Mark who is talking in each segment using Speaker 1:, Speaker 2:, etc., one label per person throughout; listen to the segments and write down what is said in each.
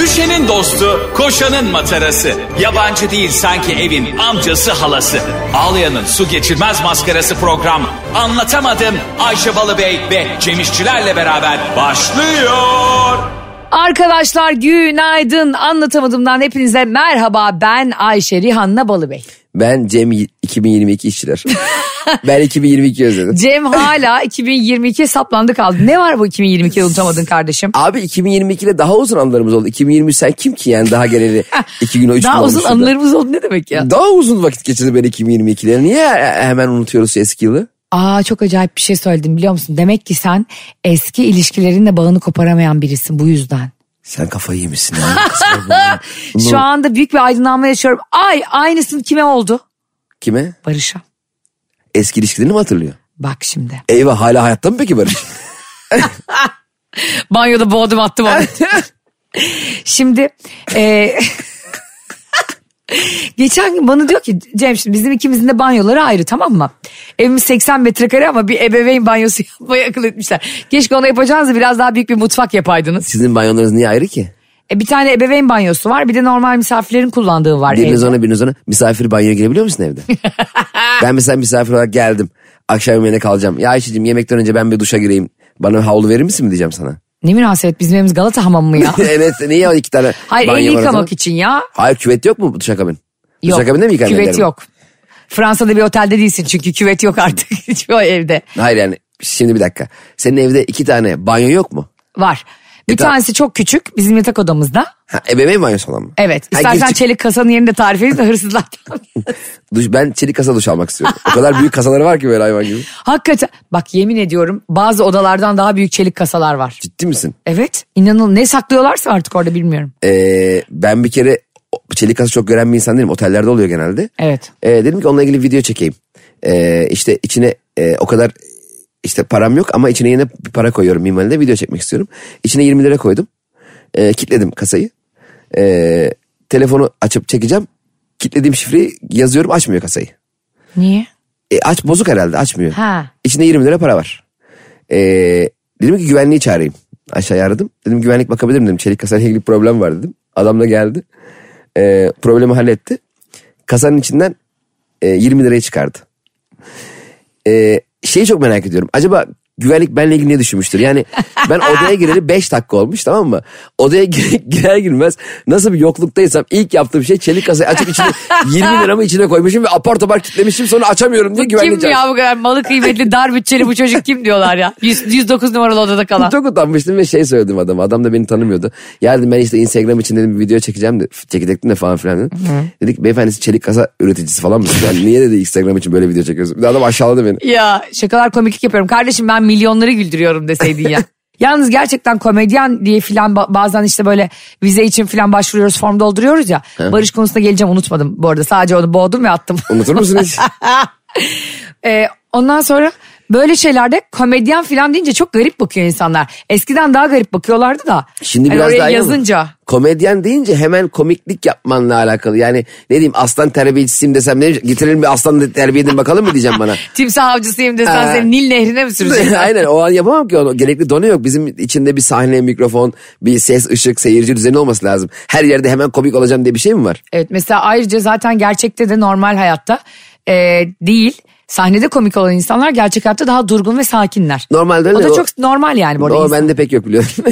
Speaker 1: Ayşe'nin dostu, koşanın matarası. Yabancı değil sanki evin amcası halası. Ağlayan'ın su geçirmez maskarası program. Anlatamadım Ayşe Balıbey ve Cemişçilerle beraber başlıyor.
Speaker 2: Arkadaşlar günaydın anlatamadığımdan hepinize merhaba ben Ayşe Rihanna Balıbey.
Speaker 3: Ben Cem 2022 işçiler. ben 2022 özledim.
Speaker 2: Cem hala 2022'ye saplandı kaldı. Ne var bu 2022'yi unutamadın kardeşim?
Speaker 3: Abi 2022'de daha uzun anılarımız oldu. 2023 sen kim ki yani daha geleli iki gün o üç gün
Speaker 2: Daha uzun
Speaker 3: olmuştu da.
Speaker 2: anılarımız oldu ne demek ya?
Speaker 3: Daha uzun vakit geçirdi ben 2022'de. Niye he- hemen unutuyoruz eski yılı?
Speaker 2: Aa çok acayip bir şey söyledim biliyor musun? Demek ki sen eski ilişkilerinle bağını koparamayan birisin bu yüzden.
Speaker 3: Sen kafayı yemişsin. ya. Kızlar bunu- bunu-
Speaker 2: Şu anda büyük bir aydınlanma yaşıyorum. Ay aynısın kime oldu?
Speaker 3: Kime?
Speaker 2: Barış'a.
Speaker 3: Eski ilişkilerini mi hatırlıyor?
Speaker 2: Bak şimdi.
Speaker 3: Eyvah hala hayatta mı peki Barış?
Speaker 2: Banyoda boğdum attım onu. Şimdi e, geçen gün bana diyor ki Cem şimdi bizim ikimizin de banyoları ayrı tamam mı? Evimiz 80 metrekare ama bir ebeveyn banyosu yapmayı akıl etmişler. Keşke ona yapacağınızı biraz daha büyük bir mutfak yapaydınız.
Speaker 3: Sizin banyolarınız niye ayrı ki?
Speaker 2: E, bir tane ebeveyn banyosu var bir de normal misafirlerin kullandığı var. E,
Speaker 3: Biriniz
Speaker 2: evde.
Speaker 3: ona biriniz ona misafir banyoya girebiliyor musun evde? ben mesela misafir olarak geldim. Akşam yemeğine kalacağım. Ya Ayşe'cim yemekten önce ben bir duşa gireyim. Bana havlu verir misin mi diyeceğim sana.
Speaker 2: Ne münasebet bizim evimiz Galata hamamı mı ya?
Speaker 3: evet niye o iki tane
Speaker 2: Hayır
Speaker 3: banyo
Speaker 2: el
Speaker 3: var o
Speaker 2: yıkamak
Speaker 3: zaman?
Speaker 2: için ya.
Speaker 3: Hayır küvet yok mu duşakabin?
Speaker 2: Yok.
Speaker 3: Duşakabinde mi yıkanıyor?
Speaker 2: Küvet yok. Fransa'da bir otelde değilsin çünkü küvet yok artık hiçbir evde.
Speaker 3: Hayır yani şimdi bir dakika. Senin evde iki tane banyo yok mu?
Speaker 2: Var. Bir
Speaker 3: Yatak-
Speaker 2: tanesi çok küçük bizim yatak odamızda.
Speaker 3: Ha, ebeveyn banyosu olan mı?
Speaker 2: Evet.
Speaker 3: Ha,
Speaker 2: İstersen
Speaker 3: gir çık.
Speaker 2: çelik kasanın yerini de tarif edin de hırsızlar.
Speaker 3: Duş, ben çelik kasa duş almak istiyorum. o kadar büyük kasaları var ki böyle hayvan gibi.
Speaker 2: Hakikaten bak yemin ediyorum bazı odalardan daha büyük çelik kasalar var.
Speaker 3: Ciddi misin?
Speaker 2: Evet inanıl ne saklıyorlarsa artık orada bilmiyorum.
Speaker 3: Ee, ben bir kere o- çelik kasa çok gören bir insan değilim. Otellerde oluyor genelde.
Speaker 2: Evet.
Speaker 3: Ee, dedim ki onunla ilgili video çekeyim. Ee, işte içine e, o kadar işte param yok ama içine yine bir para koyuyorum mimaride video çekmek istiyorum. İçine 20 lira koydum. Ee, kilitledim kasayı. Ee, telefonu açıp çekeceğim. Kilitlediğim şifreyi yazıyorum açmıyor kasayı.
Speaker 2: Niye?
Speaker 3: E, aç bozuk herhalde açmıyor.
Speaker 2: Ha.
Speaker 3: İçinde 20 lira para var. Ee, dedim ki güvenliği çağırayım. Aşağıya aradım. Dedim güvenlik bakabilir mi dedim. Çelik kasayla ilgili problem var dedim. Adam da geldi. Ee, problemi halletti. Kasanın içinden e, 20 lirayı çıkardı. Ee, şeyi çok merak ediyorum. Acaba güvenlik benle ilgili ne düşünmüştür? Yani ben odaya gireli 5 dakika olmuş tamam mı? Odaya gi- girer girmez nasıl bir yokluktaysam ilk yaptığım şey çelik kasayı açıp içine 20 liramı içine koymuşum ve apar topar kitlemişim sonra açamıyorum diye güvenlik
Speaker 2: Kim ya bu kadar malı kıymetli dar bütçeli bu çocuk kim diyorlar ya? 100, 109 numaralı odada kalan.
Speaker 3: Çok utanmıştım ve şey söyledim adama. Adam da beni tanımıyordu. Ya dedim ben işte Instagram için dedim bir video çekeceğim de çekecektim de falan filan dedim. Dedik beyefendi siz çelik kasa üreticisi falan mısınız? Yani niye dedi Instagram için böyle video çekiyorsun? Bir de adam aşağıladı beni.
Speaker 2: Ya şakalar komiklik yapıyorum. Kardeşim ben milyonları güldürüyorum deseydin ya. Yalnız gerçekten komedyen diye filan ba- bazen işte böyle vize için filan başvuruyoruz form dolduruyoruz ya. Barış konusuna geleceğim unutmadım bu arada sadece onu boğdum ve attım.
Speaker 3: Unutur musunuz?
Speaker 2: Ee, ondan sonra böyle şeylerde komedyen filan deyince çok garip bakıyor insanlar. Eskiden daha garip bakıyorlardı da.
Speaker 3: Şimdi
Speaker 2: Hani
Speaker 3: biraz
Speaker 2: oraya
Speaker 3: daha iyi ama
Speaker 2: yazınca.
Speaker 3: Komedyen deyince hemen komiklik yapmanla alakalı. Yani ne diyeyim aslan terbiyecisiyim desem ne getirelim bir aslan da terbiye edin bakalım mı diyeceğim bana.
Speaker 2: Timsah avcısıyım desen
Speaker 3: Ee.
Speaker 2: seni Nil Nehri'ne mi süreceksin?
Speaker 3: Aynen o an yapamam ki onu. Gerekli donu yok. Bizim içinde bir sahne, mikrofon, bir ses, ışık, seyirci düzeni olması lazım. Her yerde hemen komik olacağım diye bir şey mi var?
Speaker 2: Evet mesela ayrıca zaten gerçekte de normal hayatta e, değil. Sahnede komik olan insanlar gerçek hayatta daha durgun ve sakinler.
Speaker 3: Normalde öyle.
Speaker 2: O da
Speaker 3: O-
Speaker 2: çok normal yani bu arada.
Speaker 3: O
Speaker 2: insan-
Speaker 3: bende pek yok biliyorsun.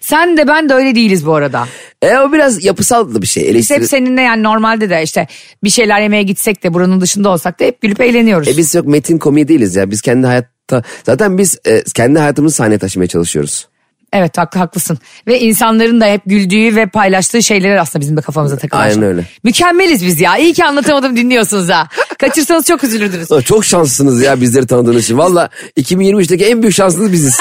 Speaker 2: Sen de ben de öyle değiliz bu arada.
Speaker 3: e o biraz yapısal da bir şey.
Speaker 2: Biz
Speaker 3: Eleştiri.
Speaker 2: hep seninle yani normalde de işte bir şeyler yemeye gitsek de buranın dışında olsak da hep gülüp eğleniyoruz.
Speaker 3: E biz yok metin komiği değiliz ya. Biz kendi hayatta zaten biz e, kendi hayatımızı sahneye taşımaya çalışıyoruz.
Speaker 2: Evet haklı haklısın. Ve insanların da hep güldüğü ve paylaştığı şeyleri aslında bizim de kafamıza takılan
Speaker 3: Aynen
Speaker 2: şey.
Speaker 3: öyle.
Speaker 2: Mükemmeliz biz ya. İyi ki anlatamadım dinliyorsunuz ha. Kaçırsanız çok üzülürdünüz.
Speaker 3: Ulan Çok şanslısınız ya bizleri tanıdığınız için. Valla 2023'teki en büyük şansınız biziz.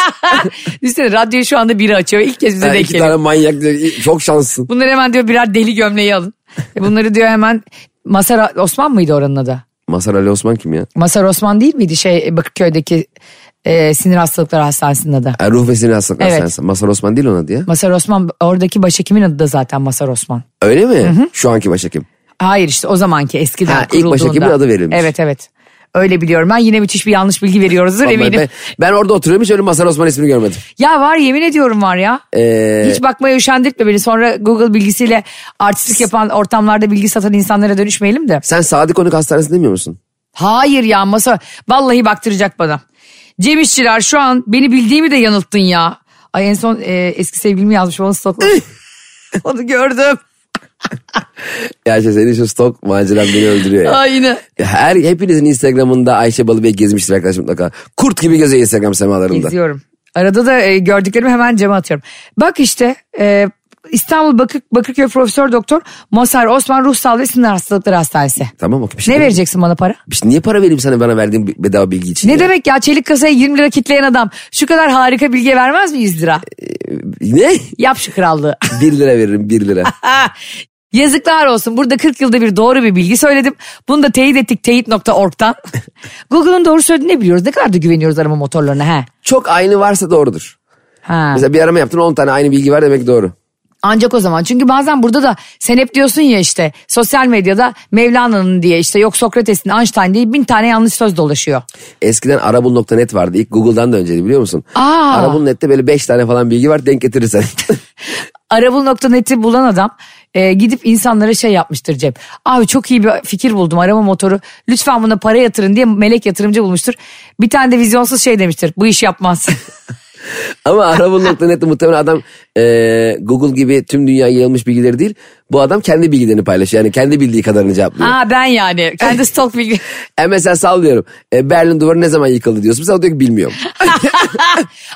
Speaker 2: Üstelik radyoyu şu anda biri açıyor. İlk kez bize
Speaker 3: Yani
Speaker 2: denk
Speaker 3: iki
Speaker 2: geliyor.
Speaker 3: tane manyak diyor, çok şanslısın.
Speaker 2: Bunları hemen diyor birer deli gömleği alın. E Bunları diyor hemen Masar Osman mıydı oranın adı?
Speaker 3: Masar Ali Osman kim ya?
Speaker 2: Masar Osman değil miydi şey Bakırköy'deki e, sinir hastalıkları hastanesinin adı?
Speaker 3: Ha, E, ruh ve sinir hastalıkları
Speaker 2: Evet.
Speaker 3: hastanesi. Masar Osman değil onun adı ya.
Speaker 2: Masar Osman oradaki başhekimin adı da zaten Masar Osman.
Speaker 3: Öyle mi? Şu anki başhekim.
Speaker 2: Hayır işte o zamanki eskiden
Speaker 3: Ha, ilk
Speaker 2: kurulduğunda.
Speaker 3: başhekimin adı verilmiş.
Speaker 2: Evet evet. Öyle biliyorum ben yine müthiş bir yanlış bilgi veriyoruzdur
Speaker 3: Vallahi
Speaker 2: eminim.
Speaker 3: Ben, ben orada oturuyorum hiç öyle Mazhar Osman ismini görmedim.
Speaker 2: Ya var yemin ediyorum var ya.
Speaker 3: Ee,
Speaker 2: Hiç bakmaya üşendirtme beni sonra Google bilgisiyle artistlik yapan ortamlarda bilgi satan insanlara dönüşmeyelim de.
Speaker 3: sen Sadık Konuk Hastanesi demiyor musun?
Speaker 2: Hayır ya masa vallahi baktıracak bana. Cem İşçiler şu an beni bildiğimi de yanılttın ya. Ay en son e, eski sevgilimi yazmış onu stokladım. onu gördüm.
Speaker 3: Ya işte senin şu stok maceran beni öldürüyor ya.
Speaker 2: Ay yine.
Speaker 3: Ya Her hepinizin Instagram'ında Ayşe Balıbey gezmiştir arkadaşlar mutlaka. Kurt gibi geziyor Instagram semalarında.
Speaker 2: İzliyorum. Arada da e, gördüklerimi hemen Cem'e atıyorum. Bak işte e, İstanbul Bakır, Bakırköy Profesör Doktor Masar Osman Ruh Sağlığı ve Sinir Hastalıkları Hastanesi.
Speaker 3: Tamam okey. Bir şey
Speaker 2: Ne
Speaker 3: demiyorum.
Speaker 2: vereceksin bana para?
Speaker 3: Bir şey- niye para vereyim sana bana verdiğin bi- bedava bilgi için?
Speaker 2: Ne
Speaker 3: ya?
Speaker 2: demek ya çelik kasaya 20 lira kitleyen adam şu kadar harika bilgi vermez mi 100 lira?
Speaker 3: Ne?
Speaker 2: Yap şu krallığı.
Speaker 3: 1 lira veririm 1 lira.
Speaker 2: Ah, Yazıklar olsun burada 40 yılda bir doğru bir bilgi söyledim. Bunu da teyit ettik teyit.org'dan. Google'ın doğru söylediğini biliyoruz. Ne kadar da güveniyoruz arama motorlarına he.
Speaker 3: Çok aynı varsa doğrudur.
Speaker 2: Ha.
Speaker 3: Mesela bir arama yaptın 10 tane aynı bilgi var demek doğru.
Speaker 2: Ancak o zaman çünkü bazen burada da sen hep diyorsun ya işte sosyal medyada Mevlana'nın diye işte yok Sokrates'in Einstein diye bin tane yanlış söz dolaşıyor.
Speaker 3: Eskiden arabul.net vardı. İlk Google'dan da önceydi biliyor musun?
Speaker 2: Aa.
Speaker 3: Arabul.net'te böyle 5 tane falan bilgi var denk getirirsen.
Speaker 2: Arabul.net'i bulan adam e, gidip insanlara şey yapmıştır Cep. Abi çok iyi bir fikir buldum arama motoru. Lütfen buna para yatırın diye melek yatırımcı bulmuştur. Bir tane de vizyonsuz şey demiştir. Bu iş yapmaz.
Speaker 3: Ama arabul.net'te muhtemelen adam e, Google gibi tüm dünyaya yayılmış bilgileri değil. Bu adam kendi bilgilerini paylaşıyor. Yani kendi bildiği kadarını cevaplıyor.
Speaker 2: ha ben yani. Kendi stok bilgi.
Speaker 3: E mesela sallıyorum. E, Berlin duvarı ne zaman yıkıldı diyorsun. Mesela o diyor ki bilmiyorum.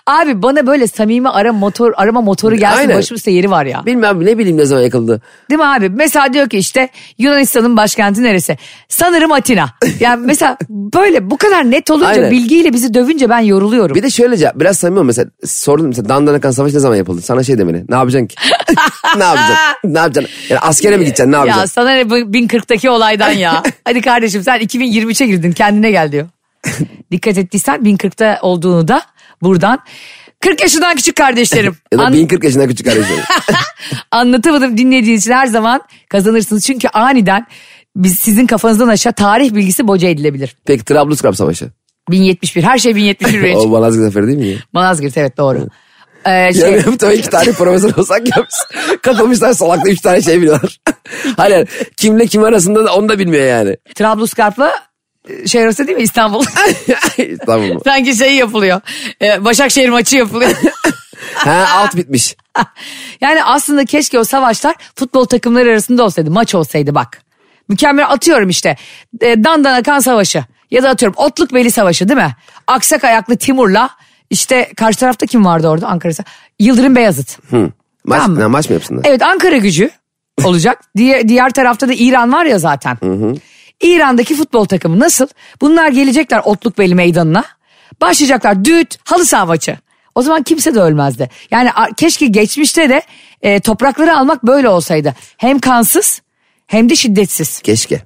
Speaker 2: Abi bana böyle samimi ara motor, arama motoru gelsin
Speaker 3: Aynen.
Speaker 2: başımızda yeri var ya.
Speaker 3: Bilmem ne bileyim ne zaman yıkıldı.
Speaker 2: Değil mi abi? Mesela diyor ki işte Yunanistan'ın başkenti neresi? Sanırım Atina. Yani mesela böyle bu kadar net olunca
Speaker 3: Aynen.
Speaker 2: bilgiyle bizi dövünce ben yoruluyorum.
Speaker 3: Bir de şöyle cevap. Biraz samimi ol mesela. Sordum mesela Dandanakan Savaşı ne zaman yapıldı? Sana şey demeli. Ne yapacaksın ki? ne yapacaksın? Ne yapacaksın? Yani askere mi gideceksin? Ne
Speaker 2: ya
Speaker 3: yapacaksın?
Speaker 2: sana ne bu 1040'taki olaydan ya. Hadi kardeşim sen 2023'e girdin kendine gel diyor. Dikkat ettiysen 1040'ta olduğunu da buradan 40 yaşından küçük kardeşlerim.
Speaker 3: Ya, da
Speaker 2: An-
Speaker 3: 1040 yaşında küçük kardeşlerim.
Speaker 2: Anlatamadım dinlediğiniz için her zaman kazanırsınız. Çünkü aniden biz sizin kafanızdan aşağı tarih bilgisi boca edilebilir.
Speaker 3: Peki Trablusgarp Savaşı.
Speaker 2: 1071 her şey 1071 benim için.
Speaker 3: o Malazgirt Zaferi değil mi? ya?
Speaker 2: Malazgirt evet doğru. Ee, şey,
Speaker 3: Yani tabii iki tane profesör olsak yapmış. Katılmışlar salakta üç tane şey biliyorlar. Hayır kimle kim arasında da onu da bilmiyor yani.
Speaker 2: Trablusgarp'la e, şey arası değil mi İstanbul?
Speaker 3: tamam mı?
Speaker 2: Sanki şey yapılıyor. Ee, Başakşehir maçı yapılıyor.
Speaker 3: Ha alt bitmiş.
Speaker 2: yani aslında keşke o savaşlar futbol takımları arasında olsaydı. Maç olsaydı bak. Mükemmel atıyorum işte. E, Dandana Kan Savaşı. Ya da atıyorum Otluk Beli Savaşı değil mi? Aksak ayaklı Timur'la işte karşı tarafta kim vardı orada Ankara'da? Yıldırım Beyazıt.
Speaker 3: Maç,
Speaker 2: Tamam. E-
Speaker 3: ne, maç mı yapsınlar?
Speaker 2: Evet Ankara gücü olacak. diğer, diğer tarafta da İran var ya zaten. İran'daki futbol takımı nasıl? Bunlar gelecekler Otlukbeli Meydanı'na. Başlayacaklar düt halı saha maçı. O zaman kimse de ölmezdi. Yani a- keşke geçmişte de e, toprakları almak böyle olsaydı. Hem kansız hem de şiddetsiz.
Speaker 3: Keşke.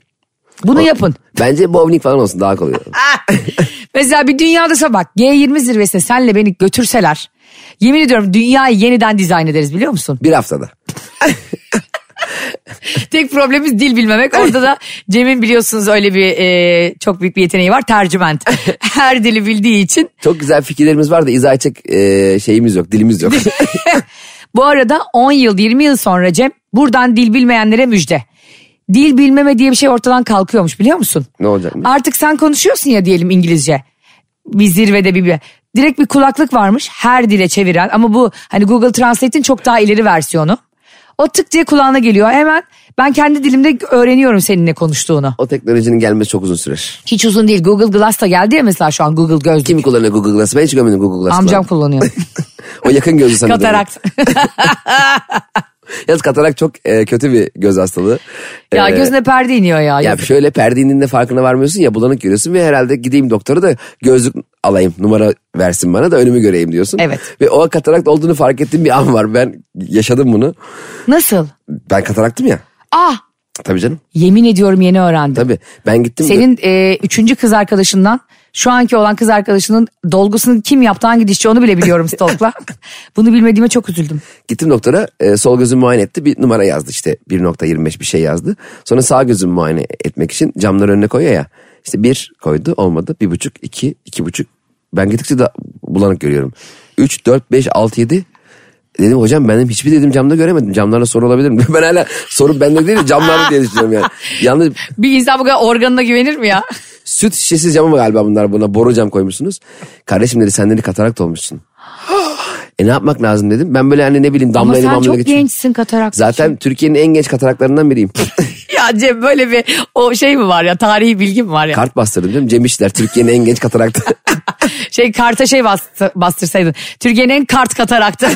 Speaker 2: Bunu yapın.
Speaker 3: Bence bowling falan olsun daha kolay olur.
Speaker 2: Mesela bir dünyada sabah G20 zirvesine senle beni götürseler. Yemin ediyorum dünyayı yeniden dizayn ederiz biliyor musun?
Speaker 3: Bir haftada.
Speaker 2: Tek problemimiz dil bilmemek. Orada da Cem'in biliyorsunuz öyle bir e, çok büyük bir yeteneği var. Tercüment. Her dili bildiği için.
Speaker 3: Çok güzel fikirlerimiz var da izah edecek e, şeyimiz yok, dilimiz yok.
Speaker 2: Bu arada 10 yıl 20 yıl sonra Cem buradan dil bilmeyenlere müjde. Dil bilmeme diye bir şey ortadan kalkıyormuş biliyor musun?
Speaker 3: Ne olacakmış?
Speaker 2: Artık sen konuşuyorsun ya diyelim İngilizce. Bir zirvede bir, bir direkt bir kulaklık varmış her dile çeviren ama bu hani Google Translate'in çok daha ileri versiyonu. O tık diye kulağına geliyor hemen ben kendi dilimde öğreniyorum seninle konuştuğunu.
Speaker 3: o teknolojinin gelmesi çok uzun sürer.
Speaker 2: Hiç uzun değil. Google Glass da geldi ya mesela şu an Google gözlük.
Speaker 3: Kim kullanıyor Google Glass'ı? Ben hiç görmedim Google Glass'ı.
Speaker 2: Amcam kullanıyor.
Speaker 3: O yakın gözlü sanırım.
Speaker 2: Katarakt.
Speaker 3: Yalnız katarak çok e, kötü bir göz hastalığı.
Speaker 2: ya
Speaker 3: E,
Speaker 2: gözüne perde iniyor ya.
Speaker 3: Ya şöyle perde indiğinde farkına varmıyorsun ya bulanık görüyorsun ve herhalde gideyim doktora da gözlük alayım numara versin bana da önümü göreyim diyorsun.
Speaker 2: Evet.
Speaker 3: Ve o katarakt olduğunu fark ettiğim bir an var. Ben yaşadım bunu.
Speaker 2: Nasıl?
Speaker 3: Ben kataraktım ya.
Speaker 2: Ah
Speaker 3: Tabii canım.
Speaker 2: yemin ediyorum yeni öğrendim.
Speaker 3: Tabii. Ben gittim.
Speaker 2: Senin e, üçüncü kız arkadaşından şu anki olan kız arkadaşının dolgusunu kim yaptı hangi dişçi onu bile biliyorum stalkla. Bunu bilmediğime çok üzüldüm.
Speaker 3: Gittim doktora e, sol gözüm muayene etti bir numara yazdı işte 1.25 bir şey yazdı. Sonra sağ gözüm muayene etmek için camları önüne koyuyor ya. İşte bir koydu olmadı. Bir buçuk, iki, iki buçuk. Ben gittikçe de bulanık görüyorum. Üç, dört, beş, altı, yedi. Dedim hocam benim hiçbir dedim camda göremedim. Camlarla soru olabilir mi? Ben hala soru bende değil de camlarda diye düşünüyorum yani. Yalnız
Speaker 2: Bir insan bu kadar organına güvenir mi ya?
Speaker 3: süt şişesi camı mı galiba bunlar buna boru cam koymuşsunuz. Kardeşim dedi sen dedi katarakt olmuşsun. e ne yapmak lazım dedim. Ben böyle hani ne bileyim
Speaker 2: Ama
Speaker 3: damlayla
Speaker 2: sen
Speaker 3: mamlayla
Speaker 2: çok
Speaker 3: geçiyorum.
Speaker 2: gençsin katarak.
Speaker 3: Zaten Türkiye'nin en genç kataraklarından biriyim.
Speaker 2: Ya Cem böyle bir o şey mi var ya tarihi bilgi mi var ya?
Speaker 3: Kart bastırdım canım. Cem İşler Türkiye'nin en genç kataraktı.
Speaker 2: Şey karta şey bastı, bastırsaydın. Türkiye'nin en kart kataraktı.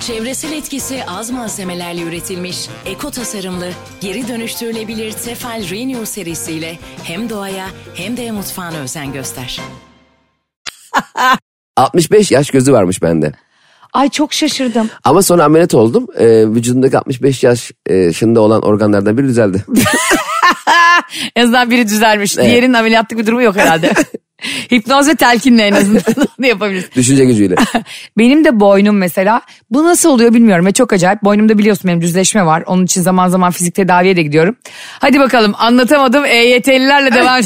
Speaker 4: Çevresel etkisi az malzemelerle üretilmiş, eko tasarımlı, geri dönüştürülebilir Tefal Renew serisiyle hem doğaya hem de mutfağına özen göster.
Speaker 3: 65 yaş gözü varmış bende.
Speaker 2: Ay çok şaşırdım.
Speaker 3: Ama sonra ameliyat oldum. Ee, vücudumdaki 65 e, yaşında olan organlardan biri düzeldi.
Speaker 2: En azından biri düzelmiş. Diğerinin ameliyatlık bir durumu yok herhalde. Hipnoz ve telkinle en azından bunu yapabiliriz.
Speaker 3: Düşünce gücüyle.
Speaker 2: Benim de boynum mesela bu nasıl oluyor bilmiyorum ve çok acayip. Boynumda biliyorsun benim düzleşme var. Onun için zaman zaman fizik tedaviye de gidiyorum. Hadi bakalım anlatamadım EYT'lilerle devam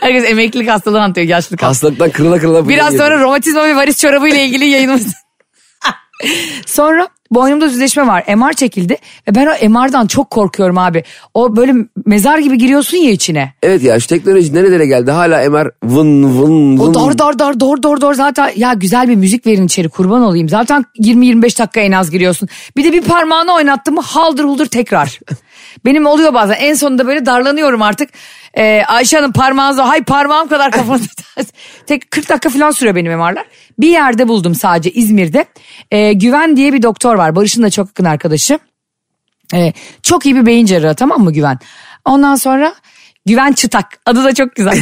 Speaker 2: Herkes emeklilik hastalığı anlatıyor yaşlılık hastalığı.
Speaker 3: Hastalıktan kırıla kırıla.
Speaker 2: Biraz sonra romatizma ve varis çorabı ile ilgili yayınımız. sonra boynumda düzleşme var. MR çekildi ve ben o MR'dan çok korkuyorum abi. O böyle mezar gibi giriyorsun ya içine.
Speaker 3: Evet ya şu teknoloji nerelere geldi hala MR vın vın
Speaker 2: O
Speaker 3: vın.
Speaker 2: dar dar dar dar dar dar zaten ya güzel bir müzik verin içeri kurban olayım. Zaten 20-25 dakika en az giriyorsun. Bir de bir parmağını oynattın mı haldır huldur tekrar. Benim oluyor bazen en sonunda böyle darlanıyorum artık. Ee, Ayşe Hanım parmağınızı hay parmağım kadar kafanızı Tek 40 dakika falan sürüyor benim MR'lar. Bir yerde buldum sadece İzmir'de. Ee, Güven diye bir doktor var. Barış'ın da çok yakın arkadaşı. Ee, çok iyi bir beyin cerrahı tamam mı Güven? Ondan sonra Güven Çıtak adı da çok güzel.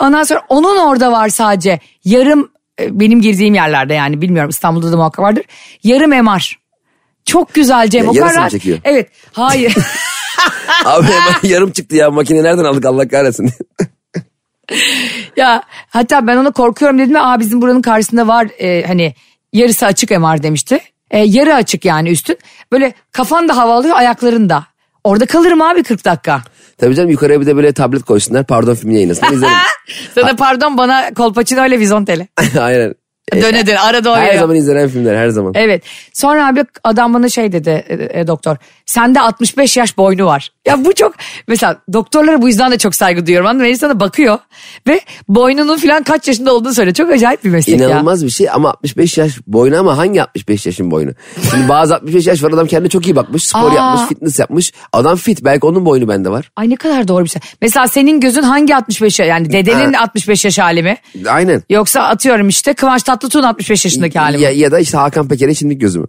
Speaker 2: Ondan sonra onun orada var sadece yarım e, benim girdiğim yerlerde yani bilmiyorum İstanbul'da da muhakkak vardır. Yarım MR. Çok güzel Cem.
Speaker 3: Ya,
Speaker 2: o
Speaker 3: yarısı
Speaker 2: kadar-
Speaker 3: mı çekiyor?
Speaker 2: Evet. Hayır.
Speaker 3: Abi MR yarım çıktı ya makine nereden aldık Allah kahretsin.
Speaker 2: ya hatta ben ona korkuyorum dedim ve aa bizim buranın karşısında var e, hani yarısı açık MR demişti. E, yarı açık yani üstün. Böyle kafan da hava alıyor ayakların da. Orada kalırım abi 40 dakika.
Speaker 3: Tabii canım yukarıya bir de böyle tablet koysunlar pardon filmi yayınlasın izlerim.
Speaker 2: Sana pardon bana kolpaçino ile vizontele.
Speaker 3: Aynen.
Speaker 2: Döne döne arada o
Speaker 3: Her
Speaker 2: yürüyor.
Speaker 3: zaman izlenen filmler her zaman.
Speaker 2: Evet. Sonra abi adam bana şey dedi e, e, doktor. Sende 65 yaş boynu var. Ya bu çok mesela doktorlara bu yüzden de çok saygı duyuyorum. Anladın mı? Herif sana bakıyor ve boynunun falan kaç yaşında olduğunu söylüyor. Çok acayip bir meslek ya.
Speaker 3: İnanılmaz bir şey ama 65 yaş boynu ama hangi 65 yaşın boynu? Şimdi bazı 65 yaş var adam kendine çok iyi bakmış, spor
Speaker 2: Aa.
Speaker 3: yapmış, fitness yapmış. Adam fit belki onun boynu bende var.
Speaker 2: Ay ne kadar doğru bir şey. Mesela senin gözün hangi 65 yaş yani dedenin 65 yaş hali mi?
Speaker 3: Aynen.
Speaker 2: Yoksa atıyorum işte Kıvanç Tatlıtuğ'un 65 yaşındaki hali mi?
Speaker 3: Ya, ya da işte Hakan Peker'in şimdilik gözümü.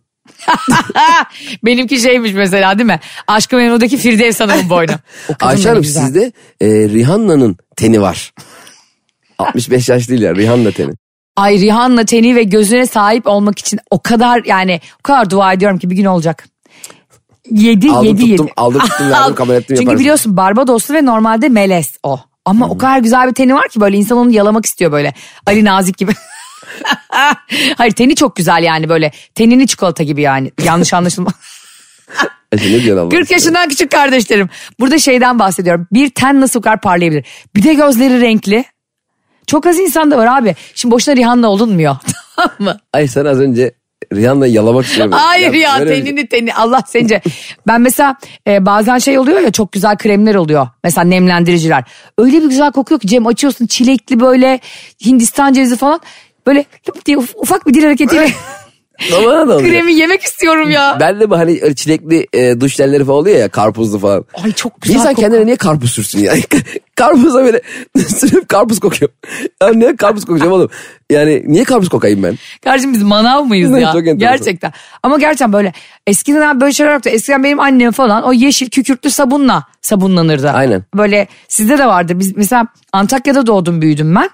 Speaker 2: Benimki şeymiş mesela değil mi? Aşkı Memnu'daki Firdevs Hanım'ın boynu. O kadın
Speaker 3: Ayşe
Speaker 2: da ne
Speaker 3: Hanım
Speaker 2: güzel.
Speaker 3: sizde e, Rihanna'nın teni var. 65 yaş değil ya Rihanna teni.
Speaker 2: Ay Rihanna teni ve gözüne sahip olmak için o kadar yani o kadar dua ediyorum ki bir gün olacak. 7
Speaker 3: Aldım
Speaker 2: 7
Speaker 3: tuttum,
Speaker 2: 7.
Speaker 3: aldım tuttum, verdim, kabul ettim,
Speaker 2: Çünkü
Speaker 3: yaparsın. Hmm.
Speaker 2: biliyorsun Barbadoslu ve normalde melez o. Ama o kadar güzel bir teni var ki böyle insan onu yalamak istiyor böyle. Ali Nazik gibi. Hayır teni çok güzel yani böyle. Tenini çikolata gibi yani. Yanlış anlaşılma.
Speaker 3: Ayşe E, ne diyorsun Allah
Speaker 2: 40
Speaker 3: aşkına?
Speaker 2: yaşından küçük kardeşlerim. Burada şeyden bahsediyorum. Bir ten nasıl bu kadar parlayabilir? Bir de gözleri renkli. Çok az insan da var abi. Şimdi boşuna Rihanna olunmuyor. Tamam mı?
Speaker 3: Ay sen az önce Rihanna'yı yalamak istemiyorum.
Speaker 2: Hayır ya,
Speaker 3: böyle bir şey.
Speaker 2: tenini teni Allah sence. ben mesela e, bazen şey oluyor ya çok güzel kremler oluyor. Mesela nemlendiriciler. Öyle bir güzel kokuyor ki Cem açıyorsun çilekli böyle Hindistan cevizi falan. Böyle lıp diye uf- ufak bir dil hareketiyle
Speaker 3: Bana da oluyor.
Speaker 2: kremi yemek istiyorum ya.
Speaker 3: Ben de bu hani öyle çilekli e, duş telleri falan oluyor ya karpuzlu falan.
Speaker 2: Ay çok
Speaker 3: Bir
Speaker 2: güzel
Speaker 3: İnsan
Speaker 2: kokuyor.
Speaker 3: kendine niye karpuz sürsün ya? Karpuza böyle sürüp karpuz kokuyor. Ya niye karpuz kokacağım oğlum? Yani niye karpuz kokayım ben?
Speaker 2: Kardeşim biz manav mıyız ya?
Speaker 3: Çok enteresan.
Speaker 2: gerçekten. Ama gerçekten böyle eskiden abi böyle şeyler yoktu. Eskiden benim annem falan o yeşil kükürtlü sabunla sabunlanırdı.
Speaker 3: Aynen.
Speaker 2: Böyle sizde de vardır. Biz mesela Antakya'da doğdum büyüdüm ben.